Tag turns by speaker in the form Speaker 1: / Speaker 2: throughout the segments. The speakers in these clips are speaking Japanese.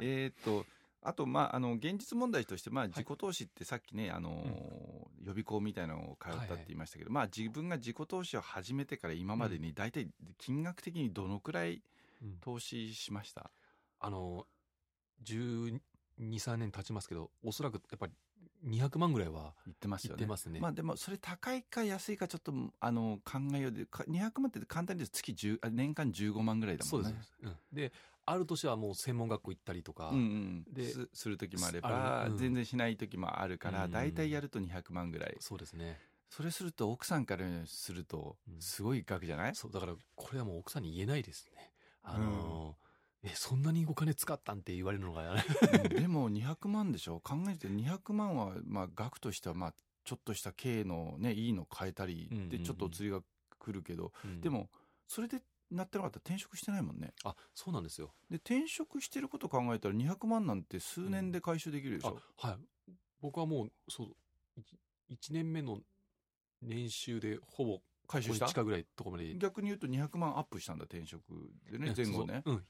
Speaker 1: えーっとあと、まあ、あの現実問題として、まあ、自己投資ってさっきね、あの予備校みたいなのを通ったって言いましたけど、まあ、自分が自己投資を始めてから今までに大体金額的にどのくらい
Speaker 2: うん
Speaker 1: 投資しました、
Speaker 2: あの、12、3年経ちますけど、おそらくやっぱり200万ぐらいは
Speaker 1: 言ってます
Speaker 2: 行
Speaker 1: よ
Speaker 2: って
Speaker 1: ね。
Speaker 2: ますね。
Speaker 1: まあでもそれ高いか安いかちょっとあの考えようでか200万って簡単に言うと月10あ年間15万ぐらいだ
Speaker 2: そ
Speaker 1: もん
Speaker 2: う
Speaker 1: ね。
Speaker 2: です、そうですうん。で、ある年はもう専門学校行ったりとか、
Speaker 1: うんうん、
Speaker 2: です
Speaker 1: する時もあれ
Speaker 2: あ
Speaker 1: ば、
Speaker 2: るうん
Speaker 1: 全然しない時もあるから、
Speaker 2: うん
Speaker 1: 大体やると200万ぐらい
Speaker 2: そうですね。
Speaker 1: それすると奥さんからすると
Speaker 2: うん
Speaker 1: すごい額じゃない、
Speaker 2: そう、だからこれはもう奥さんに言えないですね。あの、え、そんなにお金使ったんって言われるのが、
Speaker 1: うんでも200万でしょ考えて200万はまあ額としてはまあちょっとした軽のねいいの変えたり
Speaker 2: うんうんうん
Speaker 1: でちょっとお釣りが来るけど、
Speaker 2: うん
Speaker 1: で、もそれでなってなかったら転職してないもんね
Speaker 2: あ、そうなんですよ。
Speaker 1: で転職してること考えたら200万なんて数年で回収できるでしょ、
Speaker 2: あはい僕はもうそう一一年目の年収でほぼ
Speaker 1: 回収した
Speaker 2: 5日ぐらいとこまで
Speaker 1: 逆に言うと200万アップしたんだ転職でね前後ね
Speaker 2: そううん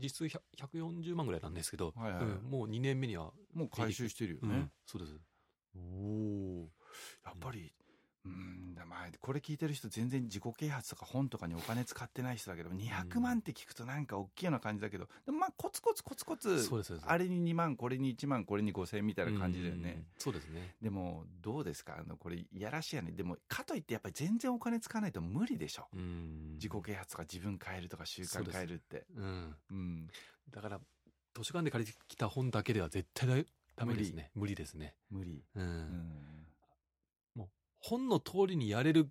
Speaker 2: 実質100 140万ぐらいなんですけど、
Speaker 1: はいはいはい
Speaker 2: うんもう2年目には、
Speaker 1: もう回収してるよ
Speaker 2: う
Speaker 1: ね、
Speaker 2: んそうです
Speaker 1: おおやっぱりうんだまあこれ聞いてる人全然自己啓発とか本とかにお金使ってない人だけど200万って聞くとなんか大きいような感じだけどでもまあコツコツコツコツ
Speaker 2: そうですそうです
Speaker 1: あれに2万これに1万これに5000みたいな感じだよ
Speaker 2: う
Speaker 1: ね
Speaker 2: んそうですね
Speaker 1: でもどうですかあのこれいやらしいやねでもかといってやっぱり全然お金使わないと無理でしょ
Speaker 2: うん
Speaker 1: 自己啓発とか自分変えるとか習
Speaker 2: そうで
Speaker 1: 慣
Speaker 2: す
Speaker 1: 変えるって
Speaker 2: うん
Speaker 1: うん
Speaker 2: だから図書館で借りてきた本だけでは絶対だダメですね無理ですね
Speaker 1: 無理
Speaker 2: うん、
Speaker 1: うん
Speaker 2: 本の通りにやれる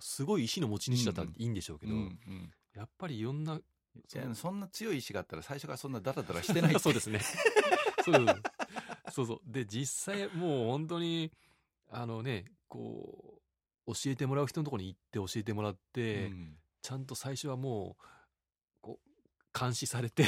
Speaker 2: すごい意志の持ち主だったらいいんでしょうけど、
Speaker 1: うんうん
Speaker 2: やっぱりいろんない
Speaker 1: やそんな強い意志があったら最初からそんなダラダラしてない
Speaker 2: そうですすね。そうですそうそう。で、実際、もう本当に、あのね、こう、教えてもらう人のところに行って教えてもらって、ちゃんと最初はもう、こう、監視されて、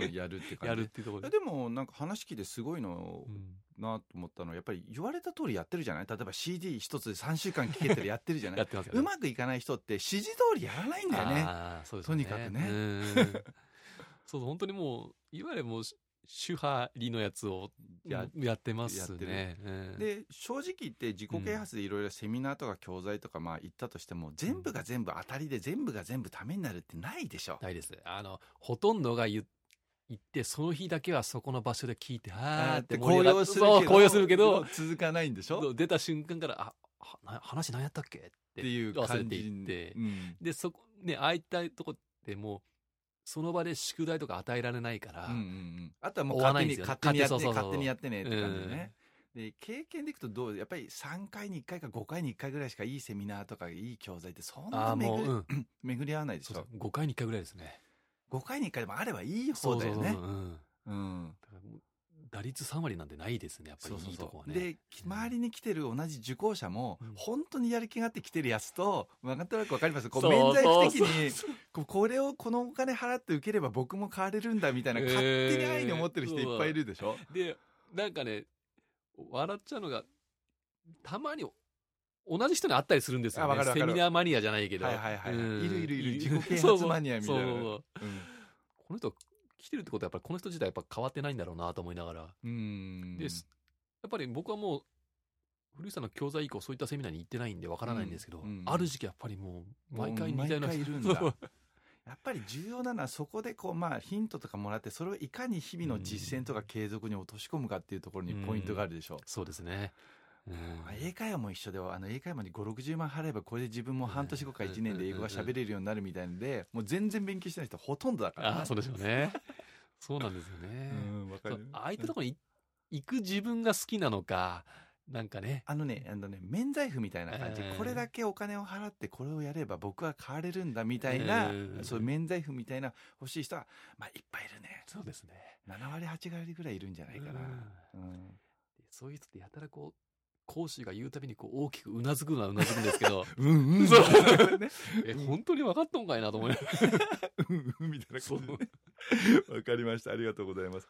Speaker 1: うん、 やるって感じ
Speaker 2: やるっていうとこ
Speaker 1: いや
Speaker 2: ろで。
Speaker 1: でもなんか話聞いてすごいの
Speaker 2: うん
Speaker 1: なと思ったのはやっぱり言われた通りやってるじゃない例えば CD 一つで3週間聴けてるやってるじゃな
Speaker 2: や
Speaker 1: い
Speaker 2: ってますよね。
Speaker 1: うまくいかない人って指示通りやらないんだよね
Speaker 2: あーそうですよね。
Speaker 1: とにかくね
Speaker 2: うん。そうそう、本当にもう、いわゆるもう、主派理のやつをや
Speaker 1: や
Speaker 2: やってますね。うん
Speaker 1: で正直言って自己啓発でいろいろセミナーとか教材とかまあ行ったとしても全部が全部当たりで全部が全部ためになるってないでしょ
Speaker 2: ないです。あの、ほとんどが言っ言って、その日だけはそこの場所で聞いて、あーって盛り
Speaker 1: 高揚
Speaker 2: 上がっ
Speaker 1: するけ
Speaker 2: そ
Speaker 1: ど
Speaker 2: う高揚するけど、
Speaker 1: 続かないんでしょっ
Speaker 2: 出た瞬間から、あ、はな話何やったっけって
Speaker 1: ていう
Speaker 2: 忘れ
Speaker 1: 感
Speaker 2: て
Speaker 1: じ
Speaker 2: いって、
Speaker 1: うん
Speaker 2: で、そこ、ね、ああいったとこってもう、その場で宿題とか与えられないから、
Speaker 1: うんうんうん、あとはもう
Speaker 2: 追わな
Speaker 1: 勝
Speaker 2: い
Speaker 1: 手
Speaker 2: んで
Speaker 1: に
Speaker 2: すよ
Speaker 1: 勝手にやって勝手にやってねっ
Speaker 2: 勝手そうそうそう
Speaker 1: て感じでね。で経験でいくとどうやっぱり3回に1回か5回に1回ぐらいしかいいセミナーとかいい教材ってそん
Speaker 2: あ
Speaker 1: な
Speaker 2: あ、も
Speaker 1: 巡
Speaker 2: う、
Speaker 1: り,、
Speaker 2: うん、
Speaker 1: 巡り合わないでし
Speaker 2: そうそ
Speaker 1: ょ
Speaker 2: う、5回に1回ぐらいですね。
Speaker 1: 5回に1回でもあればいい方だよ
Speaker 2: そう
Speaker 1: ね
Speaker 2: そうそううん。だ
Speaker 1: うん
Speaker 2: からもう打率3割なんてないですね、やっぱ
Speaker 1: そう
Speaker 2: り
Speaker 1: そ
Speaker 2: いういとこ
Speaker 1: そ
Speaker 2: は
Speaker 1: う
Speaker 2: ね。
Speaker 1: でき周りに来てる同じ受講者も
Speaker 2: うん
Speaker 1: 本当にやる気があって来てるやつとなんとなくわかりますこう
Speaker 2: そう
Speaker 1: 免罪不的に
Speaker 2: そう
Speaker 1: こうこれをこのお金払って受ければ僕も変われるんだみたいな
Speaker 2: えー
Speaker 1: 勝手に愛に思ってる人いっぱいいるでしょ、
Speaker 2: で、なんかね、笑っちゃうのが、たまに同じ人に会ったりするんです
Speaker 1: あ
Speaker 2: よ
Speaker 1: わか
Speaker 2: ね。
Speaker 1: るわ
Speaker 2: セ
Speaker 1: かる
Speaker 2: ミナーマニアじゃないけど。
Speaker 1: はいはいはいはい
Speaker 2: うん
Speaker 1: いるいるいる自己啓発マニアみたいな
Speaker 2: そうそうそう
Speaker 1: うん
Speaker 2: この人、来てるってことは、やっぱりこの人自体やっぱ変わってないんだろうなと思いながら。や
Speaker 1: うん
Speaker 2: ですっぱり僕はもう、古市さんの教材以降、そういったセミナーに行ってないんでわからないんですけど、
Speaker 1: うんうん
Speaker 2: ある時期やっぱりもう、毎回みたいな
Speaker 1: もう毎回いるんだ
Speaker 2: そう
Speaker 1: やっぱり重要なのはそこでこうまあヒントとかもらってそれをいかに日々の実践とか継続に落とし込むかっていうところにポイントがあるでしょう。
Speaker 2: そうですね。うん
Speaker 1: まあ英会話も一緒ではあの英会話に560万払えばこれで自分も半年後か1年で英語が喋れるようになるみたいんでもう全然勉強してない人ほとんどだからな
Speaker 2: あ、そうでしょうね。そうなんですよね。
Speaker 1: うんわか
Speaker 2: そう
Speaker 1: る
Speaker 2: ああいったところに行く自分が好きなのか、なんかね。
Speaker 1: あのねあのね免罪符みたいな感じ
Speaker 2: えー
Speaker 1: これだけお金を払ってこれをやれば僕は変われるんだみたいな
Speaker 2: えー
Speaker 1: そういう免罪符みたいな欲しい人はまあいっぱいいるね
Speaker 2: そうですね。
Speaker 1: 7割8割ぐらいいるんじゃないかな。うん
Speaker 2: そういう人ってやたらこう、講師が言うたびにこう大きくうなずくのはうなずくんですけ ど、
Speaker 1: うん うん。
Speaker 2: そう
Speaker 1: ね。
Speaker 2: え、本当に分かっとんかいなと思いながら。
Speaker 1: うんうんみたいな
Speaker 2: そ
Speaker 1: 感
Speaker 2: う
Speaker 1: じでね。わかりました。ありがとうございます。